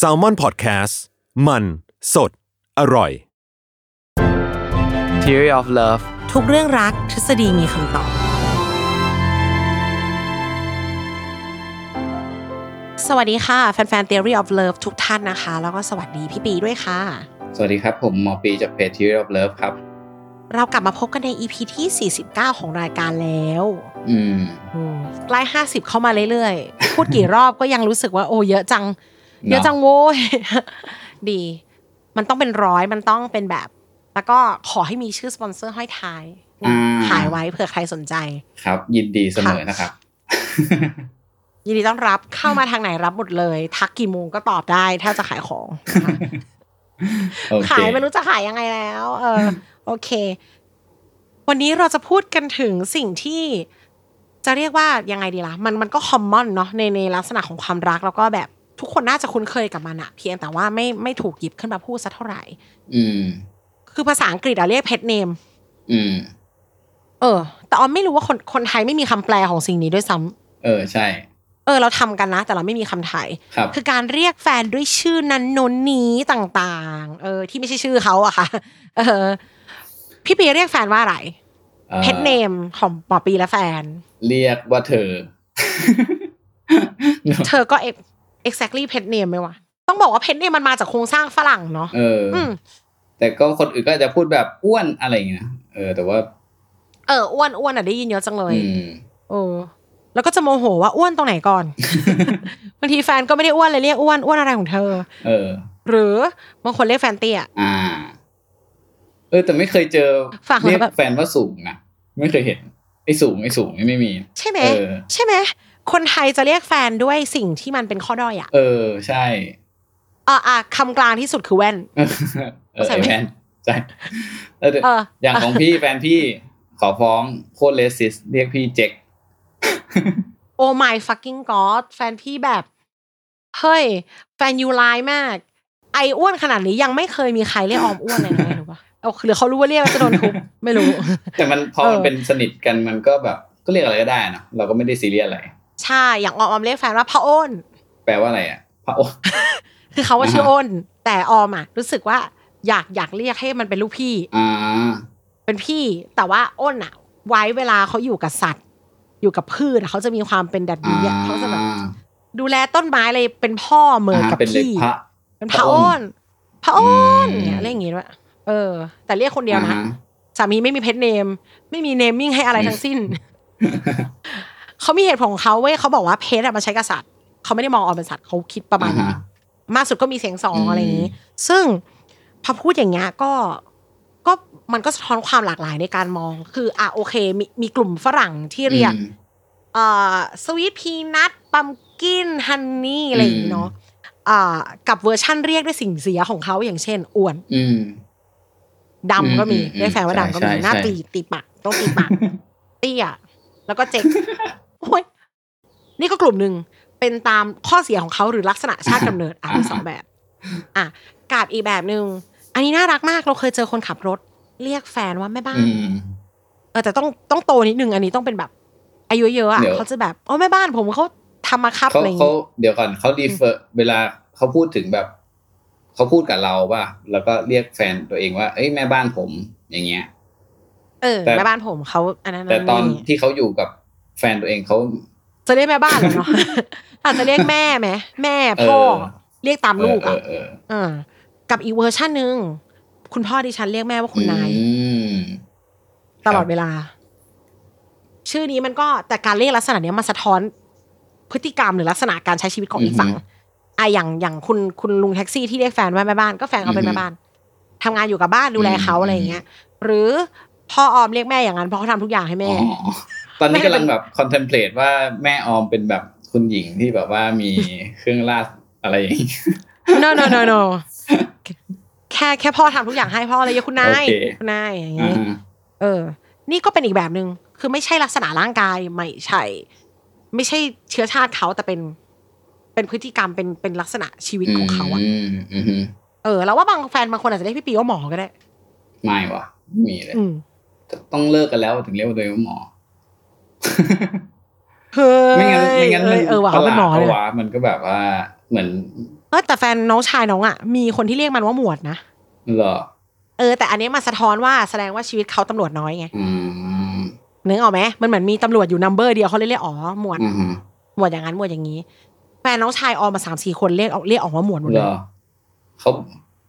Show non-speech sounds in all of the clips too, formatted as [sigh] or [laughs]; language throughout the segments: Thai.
s a l m o n PODCAST มันสดอร่อย Theory of Love ทุกเรื่องรักทฤษฎีมีคำตอบ สวัสดีค่ะ แฟนๆ Theory of Love ทุกท่านนะคะ แล้วก็สวัสดีพี่ปีด้วยค่ะ สวัสดีครับ ผมหมอปีจากเพจ Theory of Love ครับ เรากลับมาพบกันใน EP ที่ 49 ของรายการแล้ว อืม อืมใกล้ 50 เข้ามาเรื่อยๆ พูดกี่รอบก็ยังรู้สึกว่าโอ้เยอะจัง เยอะจังโว้ย [laughs] ดี มันต้องเป็นร้อยมันต้องเป็นแบบ แล้วก็ขอให้มีชื่อสปอนเซอร์ห้อยท้าย อ่า ขายไว้เผื่อใครสนใจ ครับ ยินดีเสมอนะครับ ยินดีต้อนรับเข้ามาทางไหนรับหมดเลย ทักกี่โมงก็ตอบได้ถ้าจะขายของนะคะ โอเค ขายไม่รู้จะขายยังไงแล้ว เออ โอเค วันนี้เราจะพูดกันถึงสิ่งที่จะเรียกว่ายังไงดีละ่ะ มันมันก็คอมมอนเนาะในในลักษณะของความรักแล้วก็แบบทุกคนน่าจะคุ้นเคยกับมันอะเพียงแต่ว่าไม่ไม่ถูกหยิบขึ้นมาพูดสัเท่าไหร่ อืม คือภาษาอังกฤษอะเรียก pet name อืม เออ แต่ออมไม่รู้ว่าคนคนไทยไม่มีคำแปลของสิ่งนี้ด้วยซ้ำ เออ ใช่ เออเราทำกันนะ แต่เราไม่มีคำไทย ครับ คือการเรียกแฟนด้วยชื่อนั้นนนนี้ต่างๆ เออ ที่ไม่ใช่ชื่อเขาอะค่ะ เออ พี่ปีเรียกแฟนว่าอะไร อ่อ เพจเนมของหมอปีและแฟน เรียกว่าเธอ เธอก็เอ็ก exactly เพจเนมไหมวะ ต้องบอกว่าเพจเนมมันมาจากโครงสร้างฝรั่งเนาะ เอออ อืม แต่ก็คนอื่นก็อาจจะพูดแบบอ้วนอะไรอย่างเงี้ยนะเออ แต่ว่า เออ อ้วนอ้วนอะได้ยินเยอะจังเลย อืม เออ แล้วก็จะโมโหว่าอ้วนตรงไหนก่อน [laughs] บางทีแฟนก็ไม่ได้อ้วนเลยเรียกอ้วน อ้วนอะไรของเธอ เออ หรือบางคนเรียกแฟนเตี้ย อ่า เออ แต่ไม่เคยเจอ ฟังแล้ว เรียก แบบ แฟนว่าสูงนะไม่เคยเห็นไอ้สูงไอ้สูงนี่ไม่มี ใช่ไหม เออ ใช่ไหม คนไทยจะเรียกแฟนด้วยสิ่งที่มันเป็นข้อด้อยอะ เออ ใช่ อ่าอ่าคำกลางที่สุดคือแว่น เออเออ ใส่ไหม แฟนใช่เออแต่ เออ อ อย่าง [laughs] ของพี่แฟนพี่ขอฟ้องโคตรเลสซิส เรียกพี่เจ็ก โอ my fucking god แฟนพี่แบบ เฮ้ย แฟนยูร้ายมาก ไออ้วนขนาดนี้ยังไม่เคยมีใครเรียกออมอ้วน [laughs] เลยนะไม่รู้ปะเอาหรือเขารู้ว่าเรียกแล้วจะโดนทุบ [laughs] ไม่รู้ แต่มันพอมัน เออ เป็นสนิทกันมันก็แบบก็เรียกอะไรก็ได้เนอะเราก็ไม่ได้ซีเรียสอะไร ใช่อย่างออมออมเรียกแฟนว่าพระอ้น แปลว่าอะไรอ่ะพระโอ คือเขาว่าชื่ออ้น แต่ออมอ่ะรู้สึกว่าอยากอยากเรียกให้มันเป็นลูกพี่ อ่า เป็นพี่ แต่ว่าอ้นอ่ะ ไว้เวลาเขาอยู่กับสัตว์ อยู่กับพืชอะเขาจะมีความเป็นดัด อ่า ดี้อะเขาจะแบบดูแลต้นไม้เลยเป็นพ่อเหมือนกับ เป็นเลข พี่ พระ เป็นพระอ้นพระอ้น อืม เนี่ยเรียกอย่างงี้ด้วยเออ แต่เรียกคนเดียวนะ อ่า สามีไม่มีเพจเนม ไม่มีเนมมิ่งให้อะไรทั้งสิ้น [laughs] เขามีเหตุผลของเขาเว้ยเขาบอกว่าเพจอะมันใช้กบสัตริย์เขาไม่ได้มองออมเป็นสัตว์เขาคิดประมาณนี้ อ่าฮะ มากสุดก็มีเสียงสอง อืม อะไรอย่างนี้ ซึ่งพอพูดอย่างเงี้ยก็ก็มันก็สะท้อนความหลากหลายในการมอง คืออ่ะโอเคมีมีกลุ่มฝรั่งที่เรียก อืม เอ่อสวีทพีนัทปัมกินฮันนี่อะไรอย่างงี้เนาะอ่ากับเวอร์ชั่นเรียกด้วยสิ่งเสียของเขาอย่างเช่นอ้วน อืม ดำก็มี อืมอืม เรียกแฟนว่าดำก็ ใช่ มี ใช่ หน้า ใช่ ตีตีปากต้องตี [laughs] ปากเตี้ยแล้วก็เจ๊ก [laughs] โอ้ยนี่ก็กลุ่มหนึ่งเป็นตามข้อเสียของเขาหรือลักษณะชาติกำเนิดอ่ะมีสองแบบ อ่ะกับอีกแบบหนึ่งอันนี้น่ารักมากเราเคยเจอคนขับรถ เรียกแฟนว่าแม่บ้าน อืม เออแต่ต้องต้องโตนิดนึงอันนี้ต้องเป็นแบบ อายุเยอะอ่ะ เดี๋ยว เขาจะแบบอ๋อแม่บ้านผมเขาทำมาครับ เขา อะไรอย่าง เขา งี้ เดี๋ยวก่อนเขารีเฟอร์เวลาเขาพูดถึงแบบเขาพูดกับเราป่ะแล้วก็เรียกแฟนตัวเองว่าเอ้ยแม่บ้านผมอย่างเงี้ย เออ แต่ แม่บ้านผมเขาอันนั้น แต่ตอน นี่ ที่เขาอยู่กับแฟนตัวเองเขา จะเรียกแม่บ้านเหรอเนาะ [laughs] อาจจะเรียกแม่ไหมแม่ เออ พ่อเรียกตามลูก เอ อ่ะ อเออ เออกับอีกเวอร์ชันหนึ่งคุณพ่อดิฉันเรียกแม่ว่า เออ คุณนาย อืม ตลอดเวลา ชื่อนี้มันก็แต่การเรียกลักษณะเนี้ยมันสะท้อนพฤติกรรมหรือลักษณะการใช้ชีวิตของอีกฝั่ง อือหื อ่ะอย่างอย่างคุณคุณลุงแท็กซี่ที่เรียกแฟนว่าแม่บ้านก็แฟนเขาเป็น อือหื แม่ อ บ้านทำงานอยู่กับบ้านดูแลเขา อืม อะไรอย่างเงี้ย หรือพ่อออมเรียกแม่อย่างนั้นเพราะเขาทำทุกอย่างให้แม่ อ๋อตอนนี้กำลังแบบคอนเทมเพลตว่าแม่ออมเป็นแบบ คุณหญิงที่แบบว่ามีเครื่องราดอะไรอย่างงี้ no no no no แค่แค่พ่อทำทุกอย่างให้พ่ออะไรเงี้ยคุณนาย โอเค คุณนายอย่างงี้อ่า เออ นี่ก็เป็นอีกแบบหนึ่ง คือไม่ใช่ลักษณะร่างกาย ไม่ใช่ ไม่ใช่เชื้อชาติเขาแต่เป็น เป็นพฤติกรรม เป็น เป็นลักษณะชีวิตของเขาอะ มอืมอืม เออ แล้วว่าบางแฟนบางคนอาจจะได้พี่ปีว่าหมอก็ได้ ไม่ว่ะไม่มีเลย อืม ต้องเลิกกันแล้วถึงเรียกว่าตัวเองว่าหมอ เฮ้ย ไม่งั้นไม่งั้นมัน เออว่ะเขาเป็นหมอเลย ปะาดปะวะมันก็แบบว่าเหมือน เออแต่แฟนน้องชายน้องอะมีคนที่เรียกมันว่าหมวดนะ เหรอ เออ แต่อันนี้มาสะท้อนว่าแสดงว่าชีวิตเขาตำรวจน้อยไง อืม นึกออกไหมมันเหมือนมีตำรวจอยู่นัมเบอร์เดียวเขาเลยเรียกอ๋อหมวด อืม หมวดอย่างนั้นหมวดอย่างนี้ แฟนน้องชายออมมาสามสี่คนเรียกออกเรียกออกว่าหมวดหมด เห เล ร ย อเขา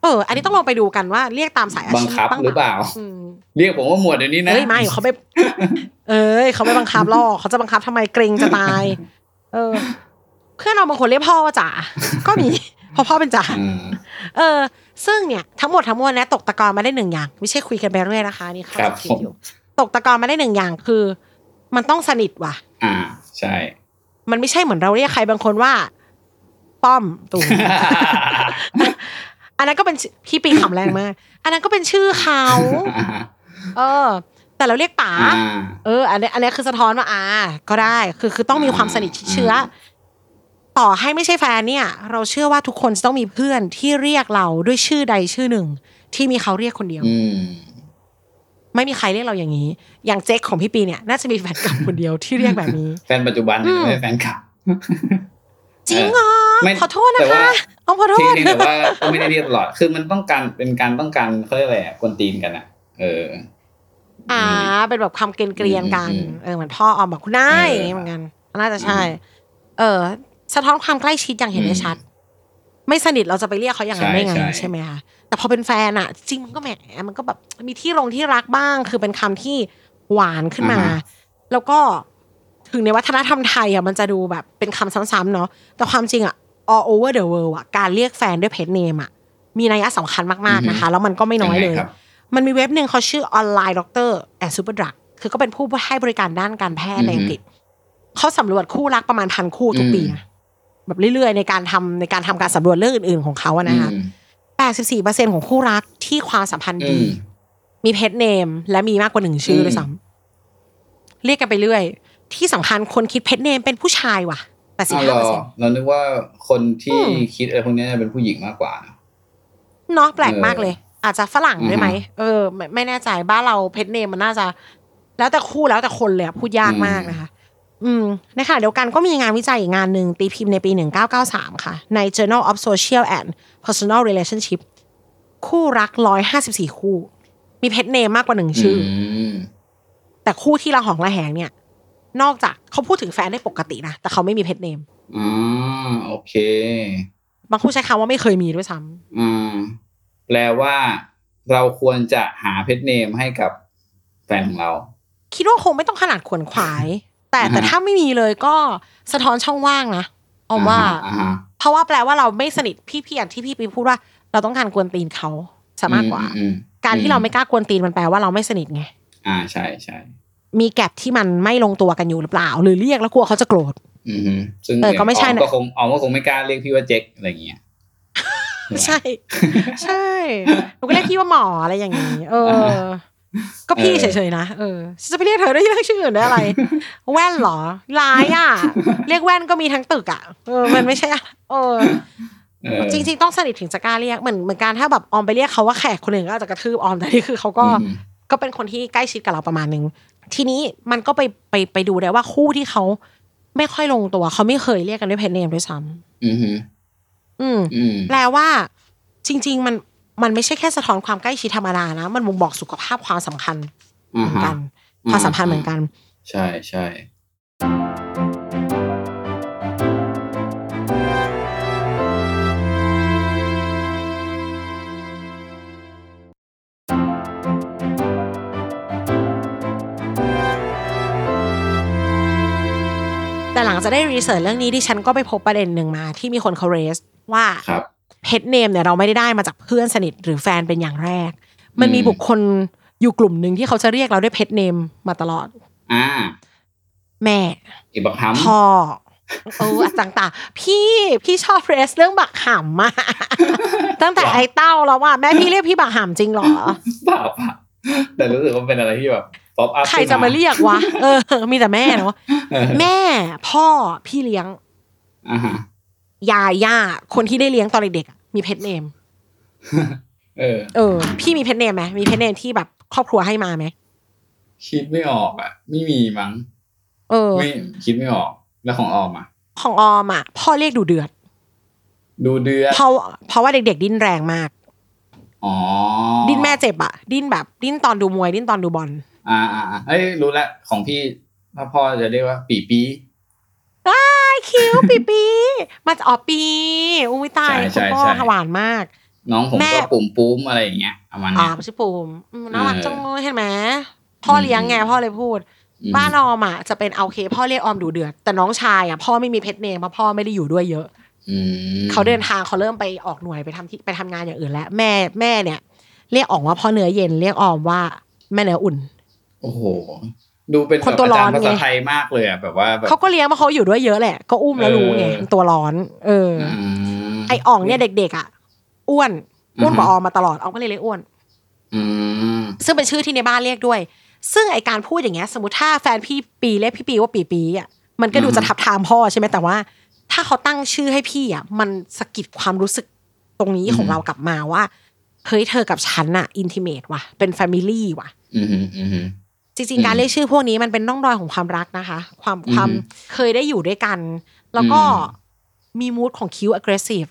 เออ อันนี้ต้องลองไปดูกันว่าเรียกตามสายอา บัง ชีพ คับ บ้าง หรือเปล่า อืม เรียกผมว่าหมวดเดี๋ยวนี้นะ เอ้ยไม่เขาไม่ เอ้ยเขาไม่บังคับหรอกเขาจะบังคับทำไมเกรงจะตาย เออ เพื่อนเราบางคนเรียกพ่อว่าจ๋าก็มี [laughs] เพราะพ่อเป็นจ๋า อืม เออ ซึ่งเนี่ยทั้งหมดทั้งมวลนะตกตะกอนมาได้หนึ่งอย่าง ไม่ใช่คุยกันไปเรื่อยนะคะนี่ ครั ค่ะ บ คิ ผ ด ม อยู่ตกตะกอนมาได้หนึ่งอย่างคือ มันต้องสนิทว่ะ อ่า ใช่ [laughs] มันไม่ใช่เหมือนเราเรียกใครบางคนว่า ป้อมตู่ [laughs] อันนั้นก็เป็นชื่อพี่ปีขำแรงมากอันนั้นก็เป็นชื่อเขาเออ แต่เราเรียกป๋า อ่า เอออันเนี้ยอันเนี้ยคือสะท้อนว่าอ่าก็ได้คือคือต้องมีความสนิทชิดเชื้ออต่อให้ไม่ใช่แฟนเนี่ย เราเชื่อว่าทุกคนจะต้องมีเพื่อนที่เรียกเราด้วยชื่อใดชื่อหนึ่ง ที่มีเขาเรียกคนเดียว อืม ไม่มีใครเรียกเราอย่างนี้ อย่างเจ๊กของพี่ปีเนี่ยน่าจะมีแฟนเกับคนเดียวที่เรียกแบบนี้ แฟนปัจจุบันเนี่ย อืม ไม่ใช่แฟนเก่า จริงเหรอ ไม่ ขอโทษนะ แต่ คะ ว่า เอาขอโท จ ษ ริงๆแต่ว่าก็ไม่ได้เรียกตลอด คือมันต้องการเป็นการต้องการเขาเรียกอะไรอะกวนตีนกันอ่ะ เออ อ่า เป็นแบบความเกรียนเกรียนๆกัน อืมอืม เออเหมือนพ่อออมบอกคุณนายอย่างงี้เหมือนกันน่าจะใช่ เออ สะท้อนความใกล้ชิดอย่างเห็นได้ชัด ไม่สนิทเราจะไปเรียกเขาอย่างนั้น ใช่ ได้ไง ใช่ ใช่ไหมคะแต่พอเป็นแฟนอะจริงมันก็แหมมันก็แบบมีที่ลงที่รักบ้าง คือเป็นคำที่หวานขึ้นมา แล้วก็ถึงในวัฒนธรรมไทยอะมันจะดูแบบเป็นคำซ้ำๆเนาะแต่ความจริงอะ all over the world อะการเรียกแฟนด้วยเพจเนมอะมีนัยสำคัญมากๆนะคะ แล้วมันก็ไม่น้อยเลย งงครับ มันมีเว็บหนึ่งเขาชื่อออนไลน์ด็อกเตอร์แอนซูเปอร์ดรักคือก็เป็นผู้ให้บริการด้านการแพทย์ใน อือฮึ อังกฤษเขาสำรวจคู่รักประมาณพันคู่ทุก อืม ปีนะแบบเรื่อยๆ ในการทำในการทำการสำรวจเรื่องอื่นๆของเขาอะนะคะ อืม แปดสิบสี่เปอร์เซ็นของคู่รักที่ความสัมพันธ์ อื ดี ม มีเพจเนม และมีมากกว่าหนึ่งชื่อ ม ด้วยซ้ำเรียกกันไปเรื่อย ที่สำคัญคนคิดเพจเนมเป็นผู้ชายว่ะแปดสิบ อ้าว ห้า เหร เปอ อ ร์เซ็น เรานึกว่าคนที่ อืม คิดอะไรพวกเนี้ยเป็นผู้หญิงมากกว่านะ เนาะแปลกมากเลย อาจจะฝรั่ง อือฮึ ด้วยไหมเออไม่ไม่แน่ใจบ้านเราเพจเนมมันน่าจะ แล้วแต่คู่แล้วแต่คนเลยอะพูดยากมากนะคะ อืมในขณะเดียวกันก็มีงานวิจัยอีกงานหนึ่งตีพิมพ์ในปี 1993 ค่ะ ใน Journal of Social and Personal Relationship คู่รัก 154 คู่ มีเพจเนมมากกว่าหนึ่งชื่ออ ม แต่คู่ที่ระหองระแหงเนี่ย นอกจากเขาพูดถึงแฟนได้ปกตินะแต่เขาไม่มีเพจเนม อ่าโอเค บางคู่ใช้คำว่าไม่เคยมีด้วยซ้ำ อืมแปลว่าเราควรจะหาเพจเนมให้กับแฟนของเรา คิดว่าคงไม่ต้องขนาดขวนขวาย แต่ อ่าฮะ แต่ถ้าไม่มีเลยก็สะท้อนช่องว่างนะออมว่า อ่ฮะ เพราะว่าแปลว่าเราไม่สนิทพี่พี่อย่างที่พี่ปีพูดว่า เราต้องการกวนตีนเขา อ่ ซะมากกว่า อือื การที่เราไม่กล้ากวนตีนมันแปลว่าเราไม่สนิทไง อ่าใช่ใช่ มีแกลบที่มันไม่ลงตัวกันอยู่หรือเปล่า หรือเรียกแล้วกลัวเขาจะโกรธ อือฮึซึ่ง เออก็ไม่ใช่นะ ออก็คงออมก็คงไม่กล้าเรียกพี่ว่าเจ๊กอะไรอย่างเงี้ย ใช่ [laughs] ใช่หนูก็เรียกพี่ว่าหมออะไรอย่างนี้ เอ อ่า อ ฮะ ก็พี่ เออ เฉยๆนะเออจะไปเรียกเธอด้วยเรื่องชื่ออื่นได้อะไร แว่นเหรอร้ายอ่ะ เรียกแว่นก็มีทั้งตึกอ่ะเออมันไม่ใช่อะเออ เออ จริงๆ ต้องสนิทถึงจะกล้าเรียกเหมือนเหมือนการถ้าแบบออมไปเรียกเขาว่าแขกคนหนึ่งก็อาจจะกระทืบออมแต่นี่คือเขาก็ อืม ก็เป็นคนที่ใกล้ชิดกับเราประมาณนึงทีนี้มันก็ไปไปไปดูได้ว่าคู่ที่เขาไม่ค่อยลงตัวเขาไม่เคยเรียกกันด้วยเพจเนมด้วยซ้ อือฮึ ำอืม อืม แปลว่า จริง ๆ มันมันไม่ใช่แค่สะท้อนความใกล้ชิดธรรมดานะ มันบ่งบอกสุขภาพความสัมพันธ์ อ่า เหมือน ฮะ กันความสัมพันธ์เหมือนกัน ใช่ใช่ แต่หลังจากได้รีเสิร์ชเรื่องนี้ดิฉันก็ไปพบประเด็นหนึ่งมาที่มีคนเขาเรสว่า ครับ เพจเนมเนี่ยเราไม่ได้ได้มาจากเพื่อนสนิทหรือแฟนเป็นอย่างแรก มันมี อืม บุคคลอยู่กลุ่มหนึ่งที่เขาจะเรียกเราด้วยเพจเนมมาตลอด อ่า แม่ อีบักฮัม พ่อ โอ้อะต่างๆ พี่พี่ชอบเรสเรื่องบักหำมาก [laughs] ตั้งแต่ไอ้เต้าแล้วว่าแม่พี่เรียกพี่บักหำจริงเหรอ เปล่าเปล่าแต่รู้สึกว่าเป็นอะไรที่แบบป๊อปอัพ ใครจะมาเรียกวะ เอ [laughs] อ มีแต่แม่เนาะ แม่ แม่พ่อพี่เลี้ยง อ่าฮะ ยาย่าคนที่ได้เลี้ยงตอนเด็กๆอะมีเพจเนม เออ เออ พี่มีเพจเนมไหมมีเพจเนมที่แบบครอบครัวให้มาไหม คิดไม่ออกอ่ะ ไม่มีมั้ง เออ ไม่คิดไม่ออกแล้วของออมอ่ะ ของออมอ่ะ พ่อเรียกดูเดือด ดูเดือด เพราะเพราะว่าเด็ก ๆ ดิ้นแรงมาก อ๋อ ดิ้นแม่เจ็บอ่ะ ดิ้นแบบดิ้นตอนดูมวย ดิ้นตอนดูบอล อ่าอ่าอ่าเอ้ยรู้ละของพี่ถ้าพ่อจะเรียกว่าปีปี ไอคิวปีปี [laughs] มาจะออกปีอุ้ยตาย ใช่ คุณพ่อ ใช่ใช่ หวานมาก น้องผม แม่ ก็ปุ่มปุ้มอะไรอย่างเงี้ยประมาณ อ๋อ เนี้ย ชื่อปูมอืมน่ารัก เออ จังเลยเห็นไหมพ่อเลี้ยงไง อืม พ่อเลยพูด อืม บ้านออมอ่ะจะเป็นโอเค พ่อเรียกออมดูเดือดแต่น้องชายอ่ะพ่อไม่มีเพจเนมเพราะพ่อไม่ได้อยู่ด้วยเยอะ อืม เขาเดินทางเขาเริ่มไปออกหน่วยไปทำที่ไปทำงานอย่างอื่นแล้ว แม่แม่เนี่ย เรียกออกว่าพ่อเนื้อเย็นเรียกออมว่าแม่เนื้ออุ่น โอ้โห ดูเป็น คนตัวร้อน แบบาจาย์ภาษา ไง ไทยมากเลยอ่ะแบบว่าแบบ เขาก็เลี้ยงมาะเขาอยู่ด้วยเยอะแหละ ก็อุ้มแล้วรู้ไง เออ มันตัวร้อน เอออ ม ไออ่องเนี่ยเด็กๆอ่ะอ้วนอ้วนกว่า อื อ อฮึ อมมาตลอดออมก็เลยเรียกอ้วน อืม ซึ่งเป็นชื่อที่ในบ้านเรียกด้วย ซึ่งไอการพูดอย่างเงี้ย สมมติถ้าแฟนพี่ปีเรียกพี่ปีว่าปีปีอ่ะ มันก็ดูจะทับทามพ่อใช่ไหมแต่ว่า ถ้าเขาตั้งชื่อให้พี่อ่ะ มันสะกิดความรู้สึกตรงนี้ของเรากลับมาว่า เฮ้ยเธอกับฉันอ่ะอินทิเมตว่ะ เป็นแฟมิลี่ว่ะ อืมอืม จริงๆ การเรียกชื่อพวกนี้มันเป็นร่องรอยของความรักนะคะ ความความ อืม เคยได้อยู่ด้วยกัน แล้วก็ อื มีมูดของคิว aggressive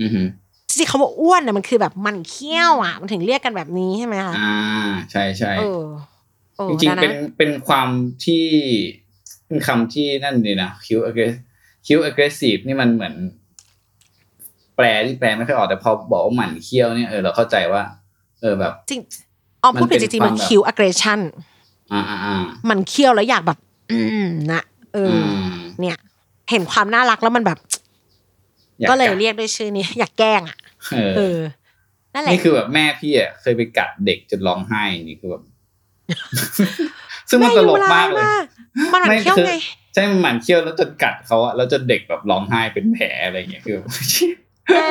อืม จริงๆคำว่าอ้วนน่ะมันคือแบบมันเขี้ยวอ่ะ มันถึงเรียกกันแบบนี้ใช่ไหมคะ อ่าใช่ใช่ เออเออ จริง นะ ๆ นะ เป็น เป็นความที่เป็นคำที่นั่นนี่นะ คิว aggress คิว aggressive นี่มันเหมือน แปลที่แปลไม่ค่อยออกแต่พอบอกว่าหมันเคี้ยวเนี่ยเออเราเข้าใจว่า เออแบบ จริงออมพูดผิด มันเป็จน ริงๆ มัคนวามแบบ คิว aggression อ่าอ่าอ่า มันเคี้ยวแล้วอยากแบบ อืมนะเอออ ม เนี่ย เห็นความน่ารักแล้วมันแบบ อา ก็เลยเรียกด้วยชื่อนี้ อยากแกล้งอ่ะ เออ เออ นั่นแหละ นี่คือแบบแม่พี่อ่ะเคยไปกัดเด็กจนร้องไห้นี่คือแบบ [laughs] ซึ่งมันตลกมากเลย แม่อยู่ร้ายมากมันหมันเคี้ยว ไม่คือ ไง ใช่มันหมันเคี้ยวแล้วจนกัดเขาอะแล้วจนเด็กแบบร้องไห้เป็นแผลอะไรอย่างเงี้ยคือแบบ แม่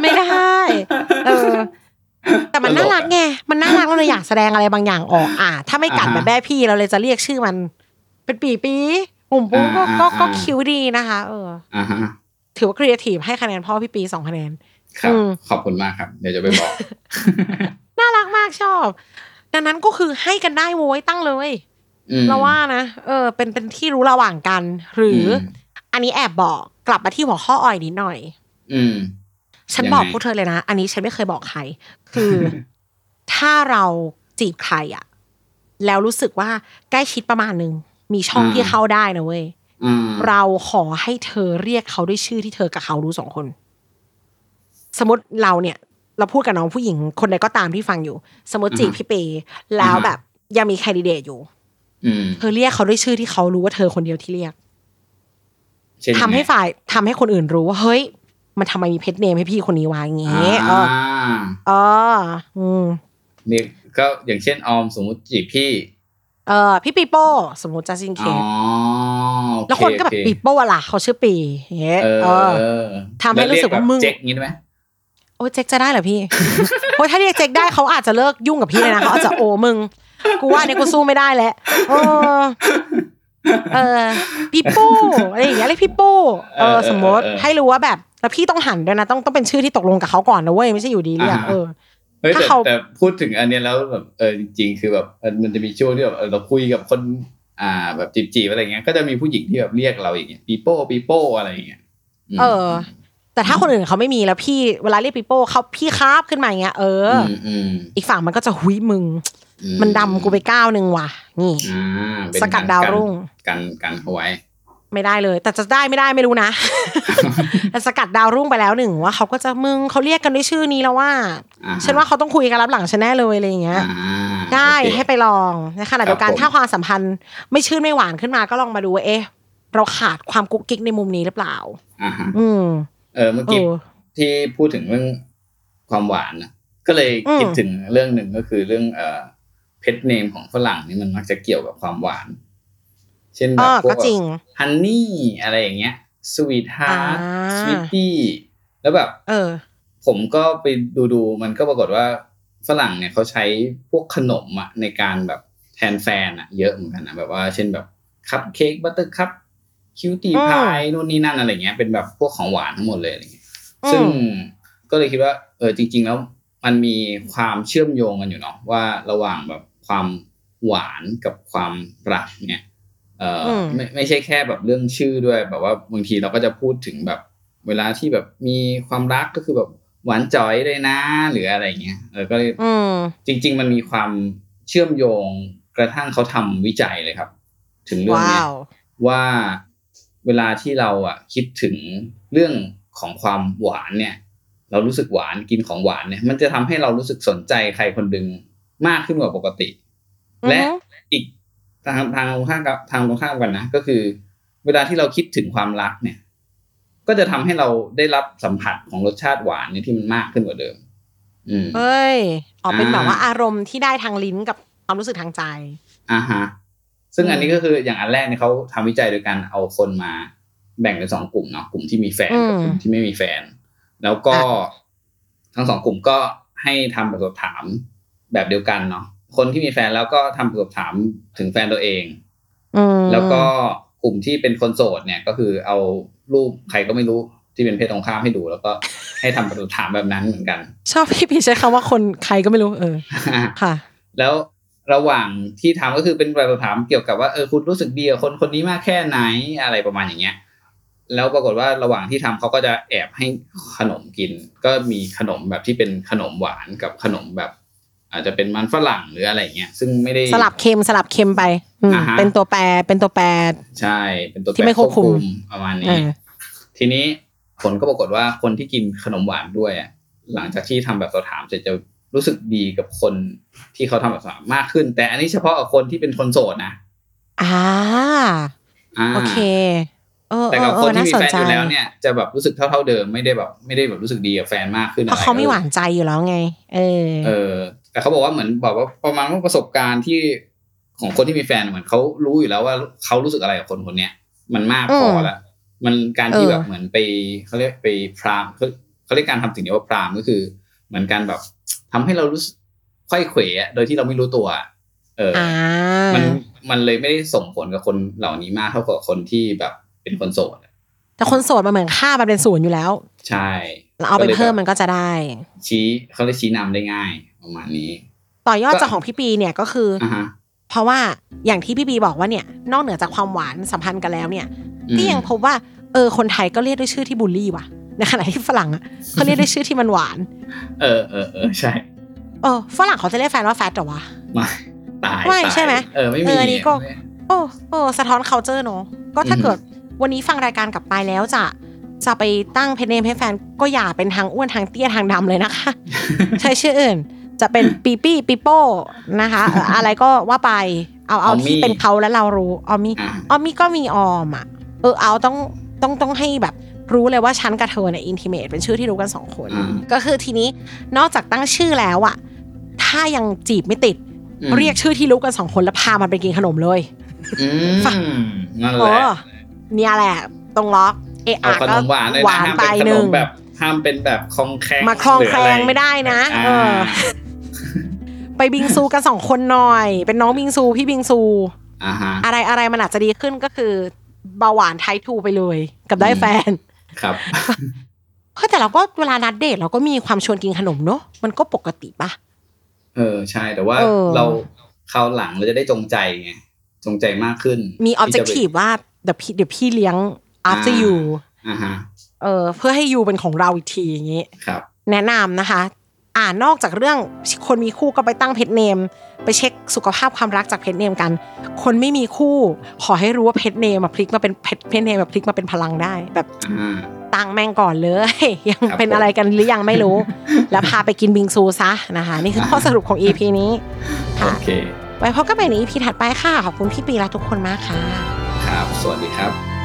ไม่ได้ เออ แต่มัน ตลกอะ น่ารักไง มันน่ารักเราเลยอยากแสดงอะไรบางอย่างออกอ่ะถ้าไม่กัด อ่าฮะ แบบแม่พี่เราเลยจะเรียกชื่อมัน เป็นปีปีหุ่มปุ้งก็ อ่า ก็ อ่า ก็คิ้วดีนะคะ เออ อ่าฮะ ถือว่าครีเอทีฟให้คะแนนพ่อพี่ปีสองคะแนน ครับ อืม ขอบคุณมากครับ เดี๋ยวจะไปบอก น่ารักมากชอบ ดังนั้นก็คือให้กันได้โว้ยตั้งเลย อืม [laughs] เราว่านะ เออ เป็นเป็นที่รู้ระหว่างกัน หรืออ ม อันนี้แอบบอกกลับมาที่หัวข้อออยนิดหน่อย อืม ฉัน ยังไง บอกพวกเธอเลยนะ อันนี้ฉันไม่เคยบอกใคร คือ [laughs] ถ้าเราจีบใครอะแล้วรู้สึกว่าใกล้ชิดประมาณนึง มีช่องที่เข้าได้นะเว้ย อืม เราขอให้เธอเรียกเขาด้วยชื่อที่เธอกับเขารู้สองคน สมมติเราเนี่ย เราพูดกับน้องผู้หญิงคนใดก็ตามที่ฟังอยู่ สมมติจีบ อือฮะ พี่เปแล้ว อือฮะ แบบยังมีแคนดิเดตอยู่ อืม เธอเรียกเขาด้วยชื่อที่เขารู้ว่าเธอคนเดียวที่เรียก เช่น ทำให้ฝ่ายทำให้คนอื่นรู้ว่า เฮ้ย มันทำไมมีเพจเนมให้พี่คนนี้วะอย่าง อ่ เงี้ยเอาอ เอออืม นี่ก็อย่างเช่นออมสมมุติจีบพี่ เออพี่ปีโป้สมมติจัสตินเค อ๋อ ส โอเ แล้วคนก็แบบ โอเ ปีโป้อะล่ะเขาชื่อปีอย่างเงี้ย เออ เออ ทำให้รู้สึกว่ามึง แล้เรียแบบเจ๊กงี้ได้ไหม โอ้ยเจ๊กจะได้เหรอพี่ โอ้ยถ้าเรียกเจ๊กได้เขาอาจจะเลิกยุ่งกับพี่เลยนะเขาอาจจะโอ้มึง กูว่าเนี่ยกูสู้ไม่ได้แล้วเออเออปีโป้อะไรอย่างเงี้ยเรียกพี่โป้เออสมมติให้รู้ว่าแบบแล้วพี่ต้องหันด้วยนะต้องต้องเป็นชื่อที่ตกลงกับเขาก่อนนะเว้ยไม่ใช่อยู่ดีเรียกเออ เฮ้ยแต่ ถ้าเขา แต่พูดถึงอันเนี้ยแล้วแบบเออจริงๆคือแบบเออมันจะมีช่วงที่แบบเออเราคุยกับคน อ่า แบบจีบๆอะไรเงี้ยก็จะมีผู้หญิงที่แบบเรียกเราอย่างเงี้ยปีโป้ปีโป้อะไรอย่างเงี้ยม เออ แต่ถ้าคนอื่นเขาไม่มีแล้วพี่เวลาเรียกปีโป้เขาพี่ครับขึ้นมาอย่างเงี้ยเอออ มอืม อีกฝั่งมันก็จะหุยมึง อื มันดำกูไปก้าวหนึ่งว่ะ นี่ อ่าเป็น สกัดดาวรุ่ง กันกันเอาไว้ ไม่ได้เลย แต่จะได้ไม่ได้ไม่รู้นะ [laughs] แต่สกัดดาวรุ่งไปแล้วหนึ่งว่าเขาก็จะมึงเขาเรียกกันด้วยชื่อนี้แล้วว่า อ่ฮะ ฉันว่าเขาต้องคุยกันรับหลังฉันแน่เลยอะไรอย่างเงี้ย อ่า ได้ โอเค ให้ไปลองในขณะเดียวกัน ครับผม ถ้าความสัมพันธ์ไม่ชื่นไม่หวานขึ้นมาก็ลองมาดูว่าเอ๊ะ เราขาดความกุ๊กกิ๊กในมุมนี้หรือเปล่า อ่าฮะ อืม เออเมื่อ เอ กี้ อ ที่พูดถึงเรื่องความหวานนะก็เลย อืม คิดถึงเรื่องหนึ่งก็คือเรื่องเอ่อเพจเนมของฝรั่งนี่มันมักจะเกี่ยวกับความหวาน เช่นแบ เอบ อ พว ก็ ก จริง ฮันนี่อะไรอย่างเงี้ยสวีทฮาร์ด อ่า สวีทตี้แล้วแบบ เออ ผมก็ไปดูดูๆมันก็ปรากฏว่าฝรั่งเนี่ยเขาใช้พวกขนมอะในการแบบแทนแฟนอะเยอะเหมือนกันนะแบบว่าเช่นแบบคัพเค้กบัตเตอร์คัพคิวตี้ อืม พายนู่นนี่นั่นอะไรเงี้ยเป็นแบบพวกของหวานทั้งหมดเลยอะไรเงี้ย อืม ซึ่งก็เลยคิดว่าเออจริง ๆ แล้วมันมีความเชื่อมโยงกันอยู่เนาะว่าระหว่างแบบความหวานกับความรักเนี่ย เอ่ออ ม ไม่ไม่ใช่แค่แบบเรื่องชื่อด้วยแบบว่าบางทีเราก็จะพูดถึงแบบ เวลาที่แบบมีความรักก็คือแบบหวานจ๋อยเลยนะ หรืออะไรเงี้ยเออก็เลย อืม จริง ๆ มันมีความเชื่อมโยงกระทั่งเขาทำวิจัยเลยครับ ถึงเรื่อง ว้า เนี้ยว ว่าเวลาที่เราอ่ะคิดถึงเรื่องของความหวานเนี่ย เรารู้สึกหวานกินของหวานเนี่ย มันจะทำให้เรารู้สึกสนใจใครคนหนึ่งมากขึ้นกว่าปกติ อือฮึ และอีกทางทางตรงข้ามกับทางตรงข้ามกันนะก็คือ เวลาที่เราคิดถึงความรักเนี่ย ก็จะทำให้เราได้รับสัมผัสของรสชาติหวานเนี่ยที่มันมากขึ้นกว่าเดิม อืม เอ้ยอ๋อเป็นแบบ อ่า ว่าอารมณ์ที่ได้ทางลิ้นกับความรู้สึกทางใจ อ่าฮะซึ่งอันนี้ อืม ก็คืออย่างอันแรกเนี่ยเขาทำวิจัยโดยการเอาคนมาแบ่งเป็นสองกลุ่มเนาะกลุ่มที่มีแฟนกับ อืม กลุ่มที่ไม่มีแฟน แล้วก็ อ่ ทั้งสองกลุ่มก็ให้ทำแบบสอบถามแบบเดียวกันเนาะคนที่มีแฟนแล้วก็ทำแบบสอบถามถึงแฟนตัวเอง อืม แล้วก็กลุ่มที่เป็นคนโสดเนี่ยก็คือเอารูปใครก็ไม่รู้ที่เป็นเพศตรงข้ามให้ดู แล้วก็ให้ทำประตูถามแบบนั้นเหมือน [laughs] กัน ชอบพี่พีใช้คำว่าคนใครก็ไม่รู้เออ ค่ะ แล้วระหว่างที่ถามก็คือเป็นแบบถามเกี่ยวกับว่าเออคุณรู้สึกดีกับคนคนนี้มากแค่ไหนอะไรประมาณอย่างเงี้ย แล้วปรากฏว่าระหว่างที่ทำเขาก็จะแอบให้ขนมกิน ก็มีขนมแบบที่เป็นขนมหวานกับขนมแบบ อาจจะเป็นมันฝรั่งหรืออะไรอย่างเงี้ยซึ่งไม่ได้ สลับเค็มสลับเค็มไปอืม อ่าฮะ เป็นตัวแปรเป็นตัวแปร ใช่เป็นตัวแปร ที่ไม่ควบคุม ประมาณ เอ นี้ อ ทีนี้ผลก็ปรากฏว่าคนที่กินขนมหวานด้วยอะหลังจากที่ทำแบบสอบถามเสร็จจะรู้สึกดีกับคนที่เขาทำแบบสอบถามมากขึ้น แต่อันนี้เฉพาะกับคนที่เป็นคนโสดนะ อ่า า โอเค เออ แต่ เอ กั อบ เอ คน อ ที่ น่า มี สน แฟน ใจ อยู่แล้วเนี่ยจะแบบรู้สึกเท่าเท่าๆเดิมไม่ได้แบบไม่ได้แบบรู้สึกดีกับแฟนมากขึ้น เพราะเขาไม่หวาน อ ใจอยู่แล้วไง เออ ะไรเออ แต่เขาบอกว่าเหมือนบอกว่าประมาณว่าประสบการณ์ที่ของคนที่มีแฟนเหมือนเขารู้อยู่แล้วว่าเขารู้สึกอะไรกับคนคนเนี้ยมันมากพอ อืม แล้ว มันการที่ เออ แบบเหมือนไปเขาเรียกไปพรามเขาเขาเรียกการทำสิ่งนี้ว่าพรามก็คือ เหมือนการแบบทำให้เรารู้สึกไขว้เขวอะโดยที่เราไม่รู้ตัวอะเอออ อ่า มันมันเลยไม่ได้ส่งผลกับคนเหล่านี้มากเท่ากับคนที่แบบเป็นคนโสดอะ แต่คนโสดมันเหมือนค่ามันเป็นศูนย์อยู่แล้ว ใช่ เราเอาไป ก็ลย เพิ่มมัน แบบ ก็จะได้ ชี้เขาเลยชี้นำได้ง่ายประมาณนี้ ต่อยอด ก็ จากของพี่ปีเนี่ยก็คืออ อ่ะฮะ เพราะว่าอย่างที่พี่ปีบอกว่าเนี่ย นอกเหนือจากความหวานสัมพันธ์กันแล้วเนี่ย ที่ยังพบว่าเออคนไทยก็เรียกด้วยชื่อที่บูลลี่ว่ะ [laughs] ในขณะที่ฝรั่งอ่ะ [laughs] เขาเรียกด้วยชื่อที่มันหวาน เออเออเออใช่ เออฝรั่งเขาจะเรียกแฟนว่าแฟตเหรอวะ ไม่ตาย ไม่ ตาย ใช่ไหม เออไม่มี เอออันนี้ก็ ไม่ โอ้โอ้สะท้อน culture เนอะก็ถ้า อือฮึ เกิดวันนี้ฟังรายการกลับไปแล้วจะจะไปตั้งเพนเนมให้แฟนก็อย่าเป็นทางอ้วนทางเตี้ยทางดำเลย [laughs] นะคะ ใช้ชื่ออื่น จะเป็นปีปี้ปีโป้นะคะเอ่ออะไรก็ว่าไปเอาเอาที่เป็นเขาแล้วเรารู้ออมมี อ่ะ ออมมี่ก็มีออมอ่ะ เออเอาต้องต้องต้องให้แบบรู้เลยว่าฉันกับเธอเนี่ยอินทิเมตเป็นชื่อที่รู้กันสองคน อ่า ก็คือทีนี้นอกจากตั้งชื่อแล้วอ่ะ ถ้ายังจีบไม่ติด อืม เรียกชื่อที่รู้กันสองคนแล้วพามันไปกินขนมเลย อืม ฟัง นั่น เอ แหละ อเนี่ยแหละ ตรงล็อกเอะ เอา อะ ขน ก็ มหวานเลย ห นะ วาน ห้าม ไป เป็นขนหนึ่ง มแบบห้ามเป็นแบบคลองแคลง มาคลองแคลง หรืะร ไม่ได้นะ อ่า เออ ไปบิงซูกันสองคนหน่อย เป็นน้องบิงซูพี่บิงซู อ่าฮะ อะไรอะไรมันอาจจะดีขึ้นก็คือเบาหวานไทป์ทูไปเลย กับได้แฟน ครับ เฮ้ยแต่เราก็เวลานัดเดทเราก็มีความชวนกินขนมเนอะมันก็ปกติปะ เออใช่แต่ว่า เออ เราคราวหลังเราจะได้จงใจไงจงใจมากขึ้น มีออบ ที่ เจก จะไป ตีฟว่าเดี๋ยวพี่เดี๋ยวพี่เลี้ยง after อ่า you อ่าฮะ เออเพื่อให้ you เป็นของเราอีกทีอย่างงี้ ครับ แนะนำนะคะ อ่านอกจากเรื่องคนมีคู่ก็ไปตั้งเพจเนม ไปเช็คสุขภาพความรักจากเพจเนมกัน คนไม่มีคู่ขอให้รู้ว่าเพจเนมมาพลิกมาเป็นเพจเพจเนมมาพลิกมาเป็นพลังได้ แบบ อ่า ตั้งแม่งก่อนเลย [laughs] ยัง ครับ เป็น ผม อะไรกันหรือยังไม่รู้ แล้วพาไปกินบิงซูซะนะคะ นี่คือข้อสรุปของ EP นี้ โอ ค่ะ เค ไว้พบกันใหม่ใน EP ถัดไปค่ะ ขอบคุณพี่ปีและทุกคนมากค่ะ ครับ สวัสดีครับ